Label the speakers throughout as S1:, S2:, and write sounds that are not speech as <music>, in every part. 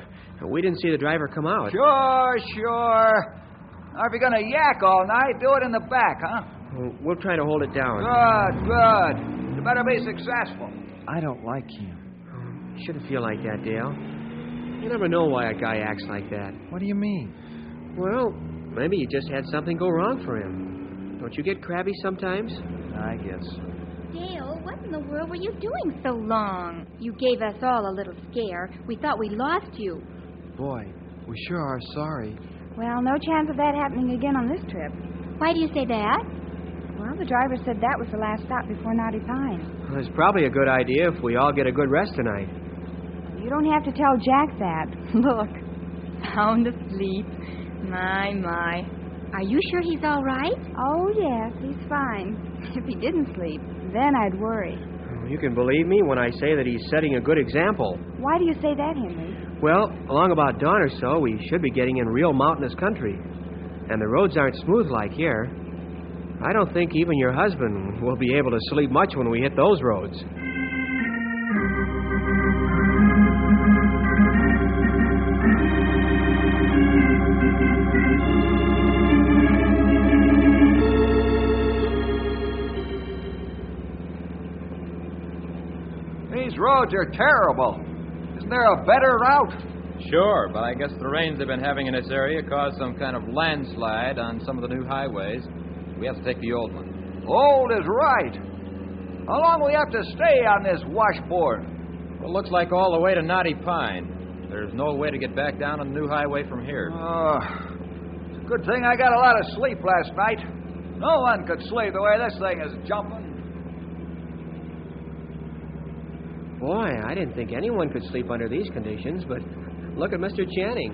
S1: We didn't see the driver come out.
S2: Sure, sure. Now, if you're going to yak all night, do it in the back, huh?
S1: We'll try to hold it down.
S2: Good, good. You better be successful.
S3: I don't like him.
S1: Shouldn't feel like that, Dale. You never know why a guy acts like that.
S3: What do you mean?
S1: Well, maybe you just had something go wrong for him. Don't you get crabby sometimes?
S3: I guess.
S4: Dale, what in the world were you doing so long? You gave us all a little scare. We thought we lost you.
S3: Boy, we sure are sorry.
S5: Well, no chance of that happening again on this trip.
S4: Why do you say that?
S5: Well, the driver said that was the last stop before Naughty Pine.
S1: Well, it's probably a good idea if we all get a good rest tonight.
S5: You don't have to tell Jack that. <laughs> Look.
S4: Sound asleep. My, my. Are you sure he's all right?
S5: Oh, yes, he's fine. If he didn't sleep, then I'd worry.
S1: You can believe me when I say that he's setting a good example.
S5: Why do you say that, Henry?
S1: Well, along about dawn or so, we should be getting in real mountainous country. And the roads aren't smooth like here. I don't think even your husband will be able to sleep much when we hit those roads.
S2: roads are terrible. Isn't there a better route?
S6: Sure, but I guess the rains they've been having in this area caused some kind of landslide on some of the new highways. We have to take the old one.
S2: Old is right. How long will we have to stay on this washboard?
S6: Well, looks like all the way to Knotty Pine. There's no way to get back down on the new highway from here.
S2: Oh, good thing I got a lot of sleep last night. No one could sleep the way this thing is jumping.
S1: Boy, I didn't think anyone could sleep under these conditions, but look at Mr. Channing.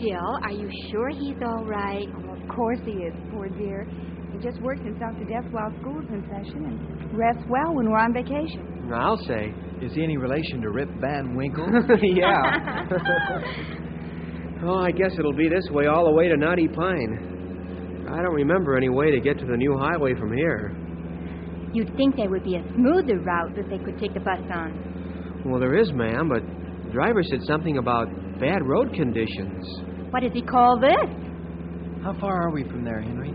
S4: Jill, are you sure he's all right?
S5: Well, of course he is, poor dear. He just works himself to death while school's in session and rests well when we're on vacation. <laughs>
S1: I'll
S3: <laughs>
S1: say.
S3: Is he any relation to Rip Van Winkle?
S1: yeah. oh, I guess it'll be this way all the way to Knotty Pine. I don't remember any way to get to the new highway from here.
S4: <laughs> You'd think there would be a smoother route that they could take the bus on.
S1: Well, there is, ma'am, but the driver said something about bad road conditions.
S4: What does he call this?
S3: How far are we from there, Henry?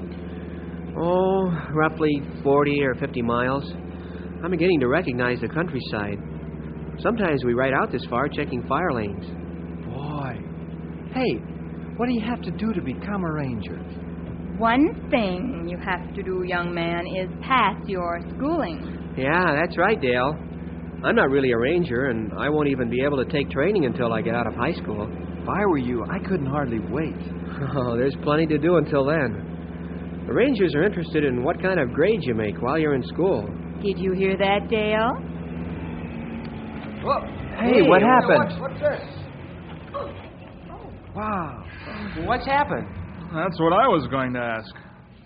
S1: Oh, roughly 40 or 50 miles. I'm beginning to recognize the countryside. Sometimes we ride out this far checking fire lanes.
S3: Boy. Hey, what do you have to do to become a ranger?
S4: One thing you have to do, young man, is pass your schooling.
S1: Yeah, that's right, Dale. I'm not really a ranger, and I won't even be able to take training until I get out of high school. <laughs>
S3: If I were you, I couldn't hardly wait.
S1: Oh, there's plenty to do until then. The rangers are interested in what kind of grade you make while you're in school.
S4: Did you hear that, Dale?
S2: Whoa.
S3: Hey, what happened?
S2: What's, what's this?
S3: Wow.
S1: What's happened?
S7: That's what I was going to ask.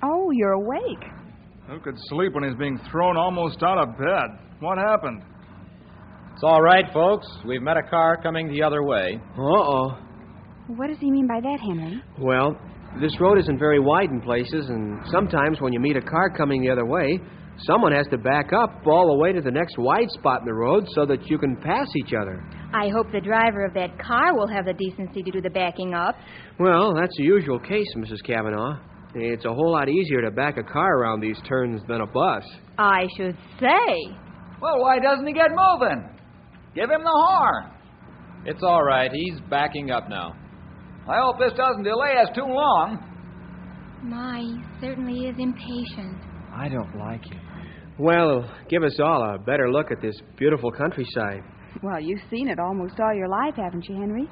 S5: Oh, you're awake.
S7: Who could sleep when he's being thrown almost out of bed? What happened?
S6: It's all right, folks. We've met a car coming the other way.
S1: Uh oh.
S5: What does he mean by that, Henry?
S1: Well, this road isn't very wide in places, and sometimes when you meet a car coming the other way, someone has to back up all the way to the next wide spot in the road so that you can pass each other.
S4: I hope the driver of that car will have the decency to do the backing up.
S1: Well, that's the usual case, Mrs. Kavanaugh. It's a whole lot easier to back a car around these turns than a bus.
S4: I should say.
S2: Well, why doesn't he get moving? Give him the horn.
S6: It's all right. He's backing up now.
S2: I hope this doesn't delay us too long.
S4: My, he certainly is impatient.
S3: I don't like him.
S1: Well, give us all a better look at this beautiful countryside.
S5: Well, you've seen it almost all your life, haven't you, Henry?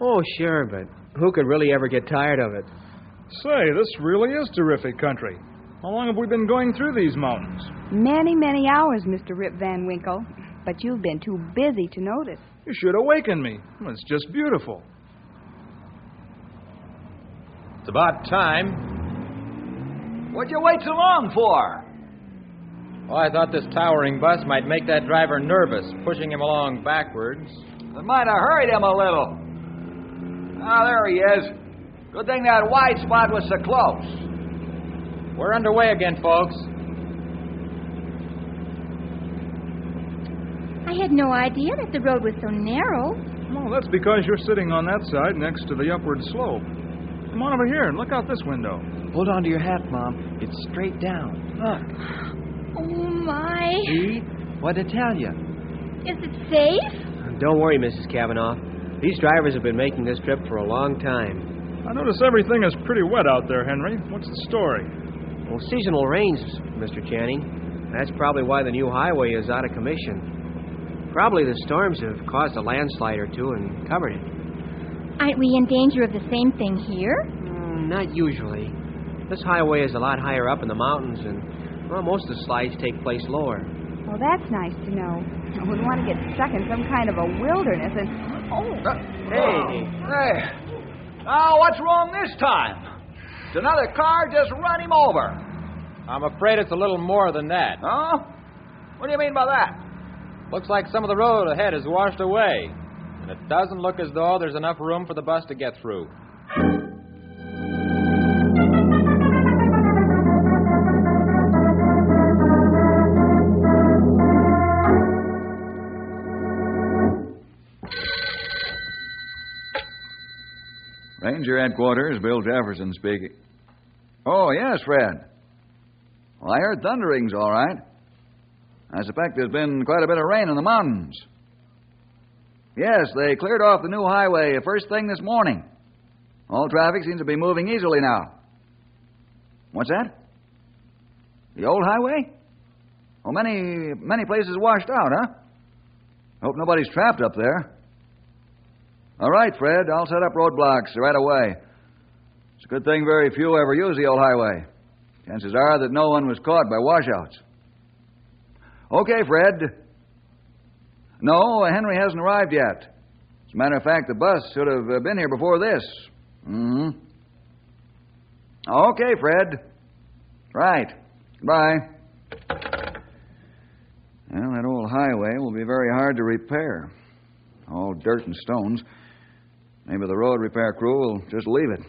S1: Oh, sure, but who could really ever get tired of it?
S7: Say, this really is terrific country. How long have we been going through these mountains?
S5: Many, many hours, Mr. Rip Van Winkle. But you've been too busy to notice.
S7: You should awaken me. It's just beautiful.
S6: It's about time.
S2: What'd you wait so long for?
S6: Well, Oh, I thought this towering bus might make that driver nervous, pushing him along backwards.
S2: It might have hurried him a little. Ah, there he is. Good thing that wide spot was so close.
S6: We're underway again, folks.
S4: I had no idea that the road was so narrow.
S7: Well, that's because you're sitting on that side next to the upward slope. Come on over here and look out this window.
S3: Hold on to your hat, Mom. It's straight down. Look.
S4: Oh, my.
S3: See? What'd I tell you?
S4: Is it safe?
S1: Don't worry, Mrs. Kavanaugh. These drivers have been making this trip for a long time.
S7: I notice everything is pretty wet out there, Henry. What's the story?
S1: Well, seasonal rains, Mr. Channing. That's probably why the new highway is out of commission. Probably the storms have caused a landslide or two and covered it.
S4: Aren't we in danger of the same thing here?
S1: Mm, Not usually. This highway is a lot higher up in the mountains, and well, most of the slides take place lower.
S5: Well, that's nice to know. I wouldn't want to get stuck in some kind of a wilderness and. Oh!
S1: Hey,
S2: Hey. Now, what's wrong this time? Did another car just run him over?
S6: I'm afraid it's a little more than that.
S2: Huh? What do you mean by that?
S6: Looks like some of the road ahead is washed away, and it doesn't look as though there's enough room for the bus to get through.
S2: Ranger headquarters, Bill Jefferson speaking. Oh, yes, Fred. Well, I heard thunderings, all right. I suspect there's been quite a bit of rain in the mountains. Yes, they cleared off the new highway first thing this morning. All traffic seems to be moving easily now. What's that? The old highway? Well, many many places washed out, huh? Hope nobody's trapped up there. All right, Fred, I'll set up roadblocks right away. It's a good thing very few ever use the old highway. Chances are that no one was caught by washouts. Okay, Fred. No, Henry hasn't arrived yet. As a matter of fact, the bus should have uh, been here before this. hmm Okay, Fred. Right. Goodbye. Well, that old highway will be very hard to repair. All dirt and stones. Maybe the road repair crew will just leave it.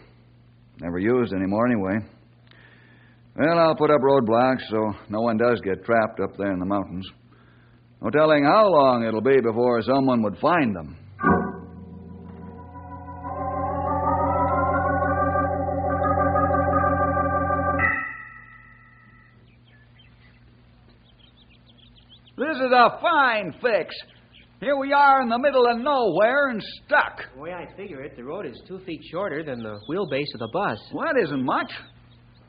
S2: Never used anymore, anyway. Well, I'll put up roadblocks so no one does get trapped up there in the mountains. No telling how long it'll be before someone would find them. This is a fine fix. Here we are in the middle of nowhere and stuck.
S1: The way I figure it, the road is two feet shorter than the wheelbase of the bus.
S2: Well, that isn't much.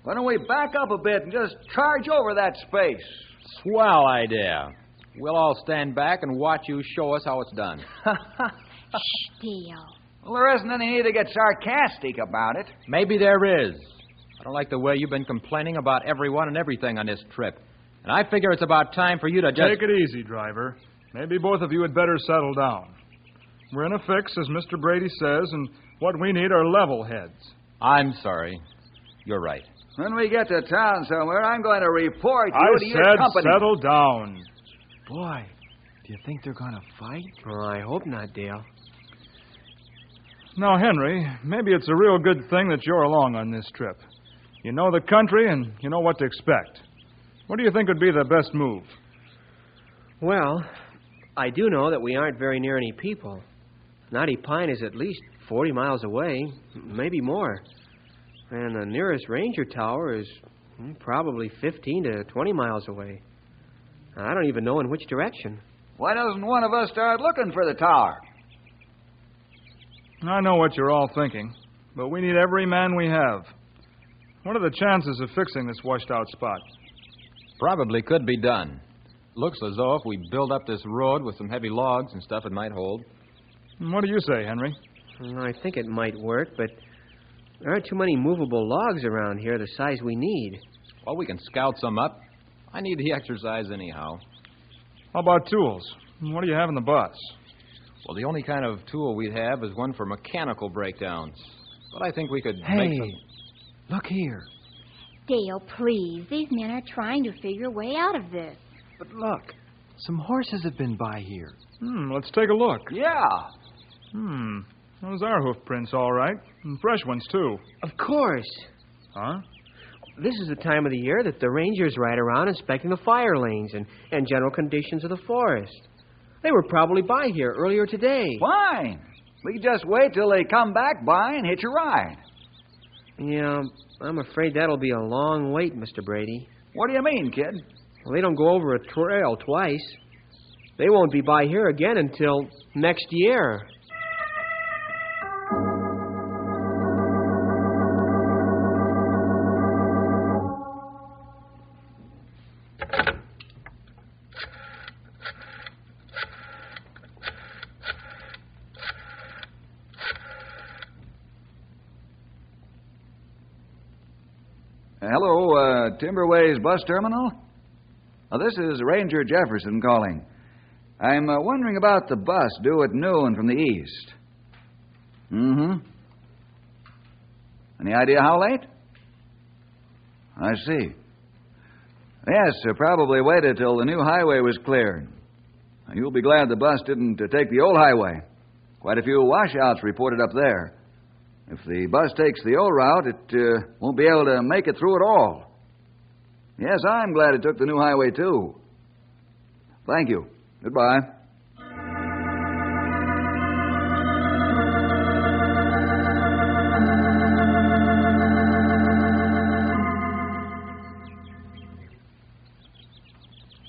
S2: Why don't we back up a bit and just charge over that space?
S6: Swell idea. We'll all stand back and watch you show us how it's
S2: <laughs>
S6: done.
S4: Shh, Dale.
S2: Well, there isn't any need to get sarcastic about it.
S6: Maybe there is. I don't like the way you've been complaining about everyone and everything on this trip. And I figure it's about time for you to just.
S7: Take it easy, driver. Maybe both of you had better settle down. We're in a fix, as Mr. Brady says, and what we need are level heads.
S6: I'm sorry. You're right.
S2: When we get to town somewhere, I'm going to report you
S7: I
S2: to your
S7: said
S2: company.
S7: settle down.
S3: Boy, do you think they're going to fight?
S1: Well, Oh, I hope not, Dale.
S7: Now, Henry, maybe it's a real good thing that you're along on this trip. You know the country and you know what to expect. What do you think would be the best move?
S1: Well, I do know that we aren't very near any people. Knotty Pine is at least 40 miles away, maybe more. And the nearest ranger tower is hmm, probably 15 to 20 miles away. I don't even know in which direction.
S2: Why doesn't one of us start looking for the tower?
S7: I know what you're all thinking, but we need every man we have. What are the chances of fixing this washed out spot?
S6: Probably could be done. Looks as though if we build up this road with some heavy logs and stuff, it might hold.
S7: And What do you say, Henry?
S1: Well, I think it might work, but there aren't too many movable logs around here the size we need.
S6: Well, we can scout some up. I need the <laughs> exercise anyhow.
S7: How about tools? What do you have in the bus?
S6: Well, the only kind of tool we'd have is one for mechanical breakdowns. But I think we could
S3: Hey,
S6: make some.
S3: look here.
S4: Dale, please. These men are trying to figure a way out of this.
S3: But look, some horses have been by here.
S7: Hmm, let's take a look.
S2: Yeah.
S7: Hmm, those are hoof prints, all right. And fresh ones, too.
S1: Of course.
S7: Huh?
S1: This is the time of the year that the rangers ride around inspecting the fire lanes and, and general conditions of the forest. They were probably by here earlier today.
S2: Fine. We can just wait till they come back by and hitch a ride.
S1: Yeah, I'm afraid that'll be a long wait, Mr. Brady.
S2: What do you mean, kid?
S1: Well, they don't go over a trail twice. They won't be by here again until next year.
S2: Uh, hello, uh, Timberways Bus Terminal? Uh, this is Ranger Jefferson calling. I'm uh, wondering about the bus due at noon from the east. Mm hmm. Any idea how late? I see. Yes, uh, probably waited till the new highway was cleared. Uh, You'll be glad the bus didn't uh, take the old highway. Quite a few washouts reported up there. If the bus takes the old route, it uh, won't be able to make it through at all. Yes, I'm glad it took the new highway, too. Thank you. Goodbye.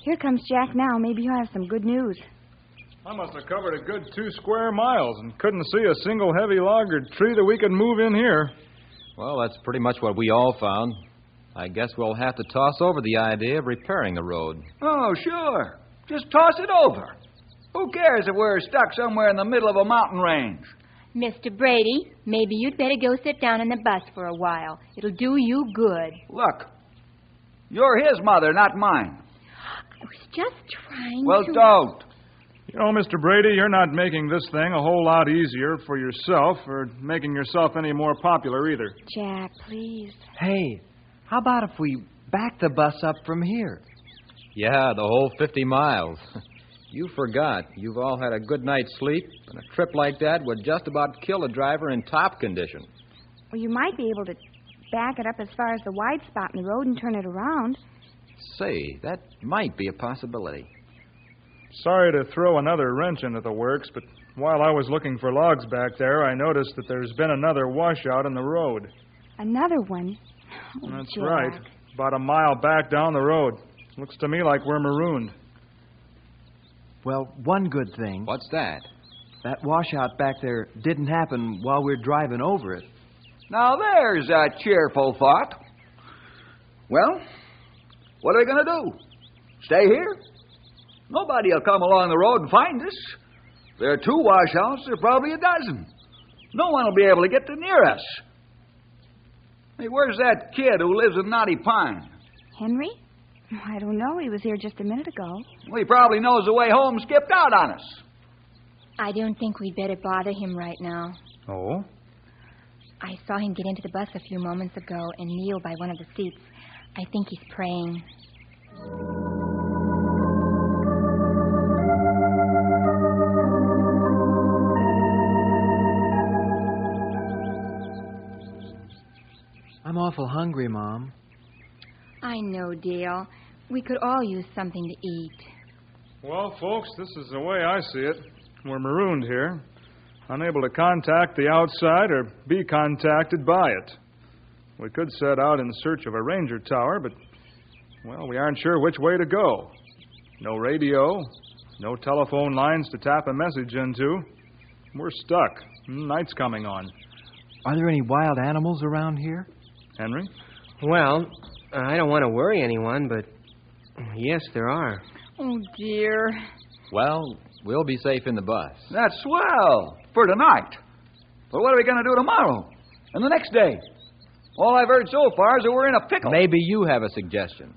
S4: Here comes
S5: comes Jack now. Maybe he'll have some good news.
S7: I must have covered a good two square miles and couldn't see a single heavy log or tree that we could move in here.
S6: Well, that's pretty much what we all found. I guess we'll have to toss over the idea of repairing the road.
S2: Oh, sure. Just toss it over. Who cares if we're stuck somewhere in the middle of a mountain range?
S4: Mr. Brady, maybe you'd better go sit down in the bus for a while. It'll do you good.
S2: Look, you're his mother, not mine.
S4: I was just trying
S2: Well,
S4: to.
S2: don't.
S7: You know, Mr. Brady, you're not making this thing a whole lot easier for yourself or making yourself any more popular either.
S5: Jack, please.
S3: Hey, how about if we back the bus up from here?
S6: Yeah, the whole 50 miles. You forgot. You've all had a good night's sleep, and a trip like that would just about kill a driver in top condition.
S5: Well, you might be able to back it up as far as the wide spot in the road and turn it around.
S6: Say, that might be a possibility.
S7: Sorry to throw another wrench into the works, but while I was looking for logs back there, I noticed that there's been another washout in the road.
S5: Another one. Oh,
S7: That's
S5: Jack.
S7: right. About a mile back down the road. Looks to me like we're marooned.
S3: Well, one good thing
S6: What's that?
S3: that washout back there didn't happen while we're driving over it.
S2: Now, there's a cheerful thought. Well, what are we going to do? Stay here? Nobody will come along the road and find us. There are two washouts, there are probably a dozen. No one will be able to get to near us. Hey, where's that kid who lives in Knotty Pine?
S5: Henry? I don't know. He was here just a minute ago.
S2: Well, he probably knows the way home, skipped out on us.
S4: I don't think we'd better bother him right now.
S7: Oh?
S4: I saw him get into the bus a few moments ago and kneel by one of the seats. I think he's praying.
S3: I'm awful hungry, Mom.
S4: I know, Dale. We could all use something to eat. <gasps>
S7: Well, folks, this is the way I see it. We're marooned here, unable to contact the outside or be contacted by it. We could set out in search of a ranger tower, but, well, we aren't sure which way to go. No radio, no telephone lines to tap a message into. We're stuck. Night's coming on.
S3: Are there any wild animals around here?
S7: Henry?
S1: Well, I don't want to worry anyone, but yes, there are.
S4: Oh, dear.
S6: Well, we'll be safe in the bus.
S2: That's swell for tonight. But what are we going to do tomorrow and the next day? All I've heard so far is that we're in a pickle.
S6: Maybe you have a suggestion.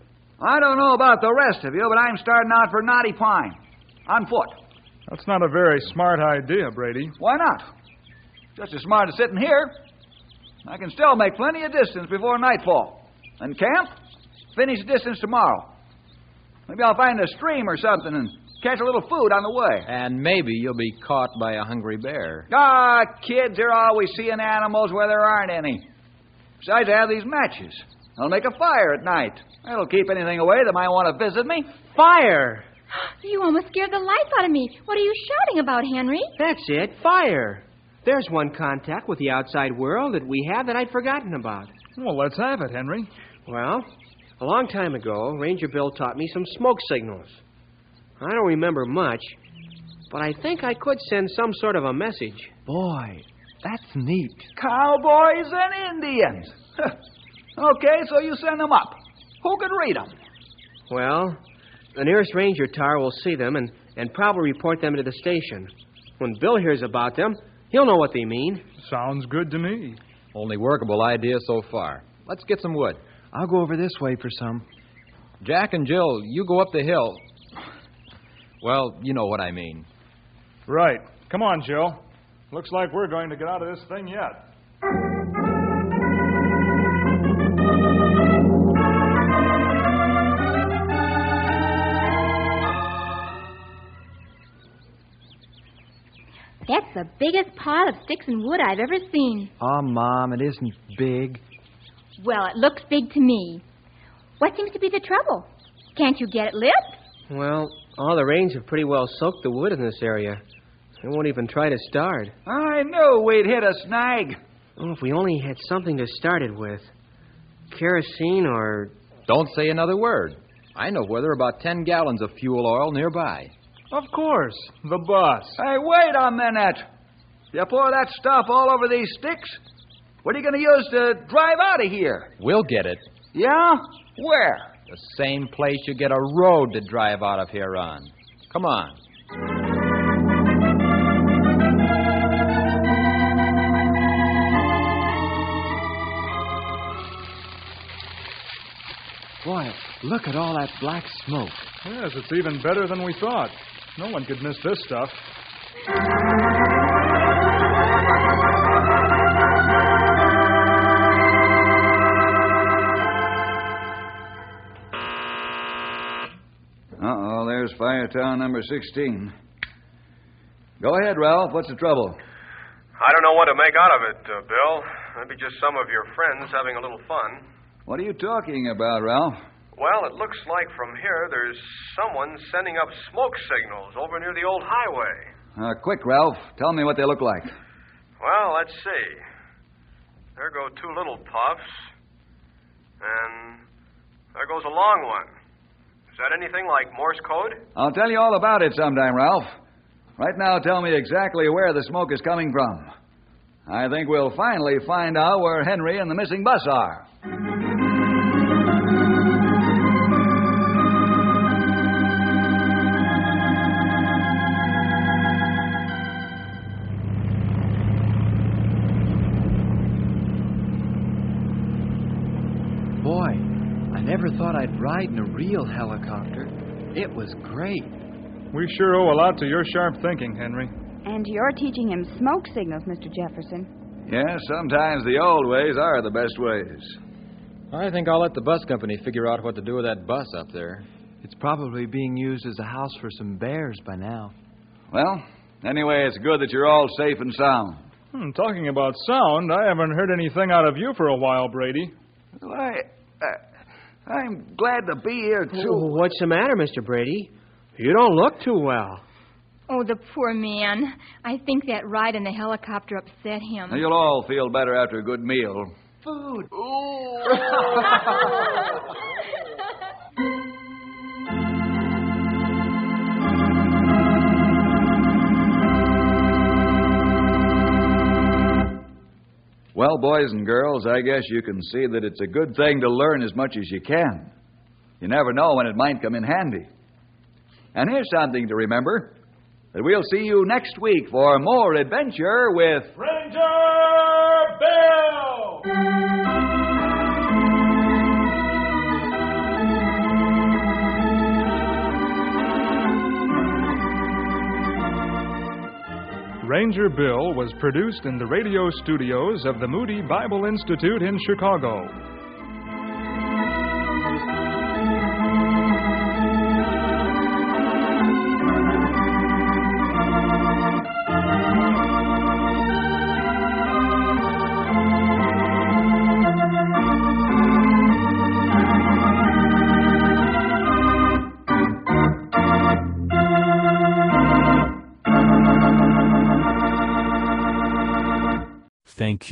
S2: I don't know about the rest of you, but I'm starting out for Knotty Pine on foot.
S7: That's not a very smart idea, Brady.
S2: Why not? Just as smart as sitting here. I can still make plenty of distance before nightfall. And camp? Finish the distance tomorrow. Maybe I'll find a stream or something and catch a little food on the way.
S6: And maybe you'll be caught by a hungry bear.
S2: Ah, kids are always seeing animals where there aren't any. Besides, I have these matches. I'll make a fire at night. That'll keep anything away that might want to visit me.
S1: Fire!
S4: You almost scared the life out of me. What are you shouting about, Henry?
S1: That's it, fire! There's one contact with the outside world that we have that I'd forgotten about.
S7: Well, let's have it, Henry.
S1: Well, a long time ago, Ranger Bill taught me some smoke signals. I don't remember much, but I think I could send some sort of a message.
S3: Boy, that's neat.
S2: Cowboys and Indians. <laughs> okay, so you send them up. Who could read them?
S1: Well, the nearest ranger tar will see them and, and probably report them to the station. When Bill hears about them, he'll know what they mean.
S7: Sounds good to me.
S6: Only workable idea so far. Let's get some wood.
S3: I'll go over this way for some.
S6: Jack and Jill, you go up the hill. Well, you know what I mean.
S7: Right. Come on, Jill. Looks like we're going to get out of this thing yet.
S4: That's the biggest pile of sticks and wood I've ever seen.
S3: Aw, Ah, Mom, it isn't big.
S4: Well, it looks big to me. What seems to be the trouble? Can't you get it lit?
S1: Well, all the rains have pretty well soaked the wood in this area. They won't even try to start.
S2: I knew we'd hit a snag.
S1: Oh, if we only had something to start it with kerosene or.
S6: Don't say another word. I know where there are about 10 gallons of fuel oil nearby.
S7: Of course, the bus.
S2: Hey, wait a minute. You pour that stuff all over these sticks? What are you going to use to drive out of here?
S6: We'll get it.
S2: Yeah? Where?
S6: The same place you get a road to drive out of here on. Come on.
S3: Boy, look at all that black smoke.
S7: Yes, it's even better than we thought. No one could miss this stuff.
S2: Uh-oh, there's Firetown number 16. Go ahead, Ralph. What's the trouble?
S8: I don't know what to make out of it, uh, Bill. Maybe just some of your friends having a little fun.
S2: What are you talking about, Ralph?
S8: Well, it looks like from here there's someone sending up smoke signals over near the old highway.
S2: Uh, quick, Ralph. Tell me what they look like.
S8: Well, let's see. There go two little puffs. And there goes a long one. Is that anything like Morse code?
S2: I'll tell you all about it sometime, Ralph. Right now, tell me exactly where the smoke is coming from. I think we'll finally find out where Henry and the missing bus are.
S3: Boy, I never thought I'd ride in a real helicopter. It was great.
S7: We sure owe a lot to your sharp thinking, Henry.
S5: And you're teaching him smoke signals, Mr. Jefferson.
S2: Yeah, sometimes the old ways are the best ways.
S6: I think I'll let the bus company figure out what to do with that bus up there.
S3: It's probably being used as a house for some bears by now.
S2: Well, anyway, it's good that you're all safe and sound.
S7: Hmm, talking about sound, I haven't heard anything out of you for a while, Brady.
S2: Well, I, uh, I'm glad to be here,
S1: Oh, what's the matter, Mr. Brady? You don't look too well.
S4: Oh, the poor man. I think that ride in the helicopter upset him.
S2: Now, You'll all feel better after a good meal. Food. Well, boys and girls, I guess you can see that it's a good thing to learn as much as you can. You never know when it might come in handy. And here's something to remember that we'll see you next week for more adventure with
S7: Ranger Bill! Ranger Bill was produced in the radio studios of the Moody Bible Institute in Chicago.
S9: Thank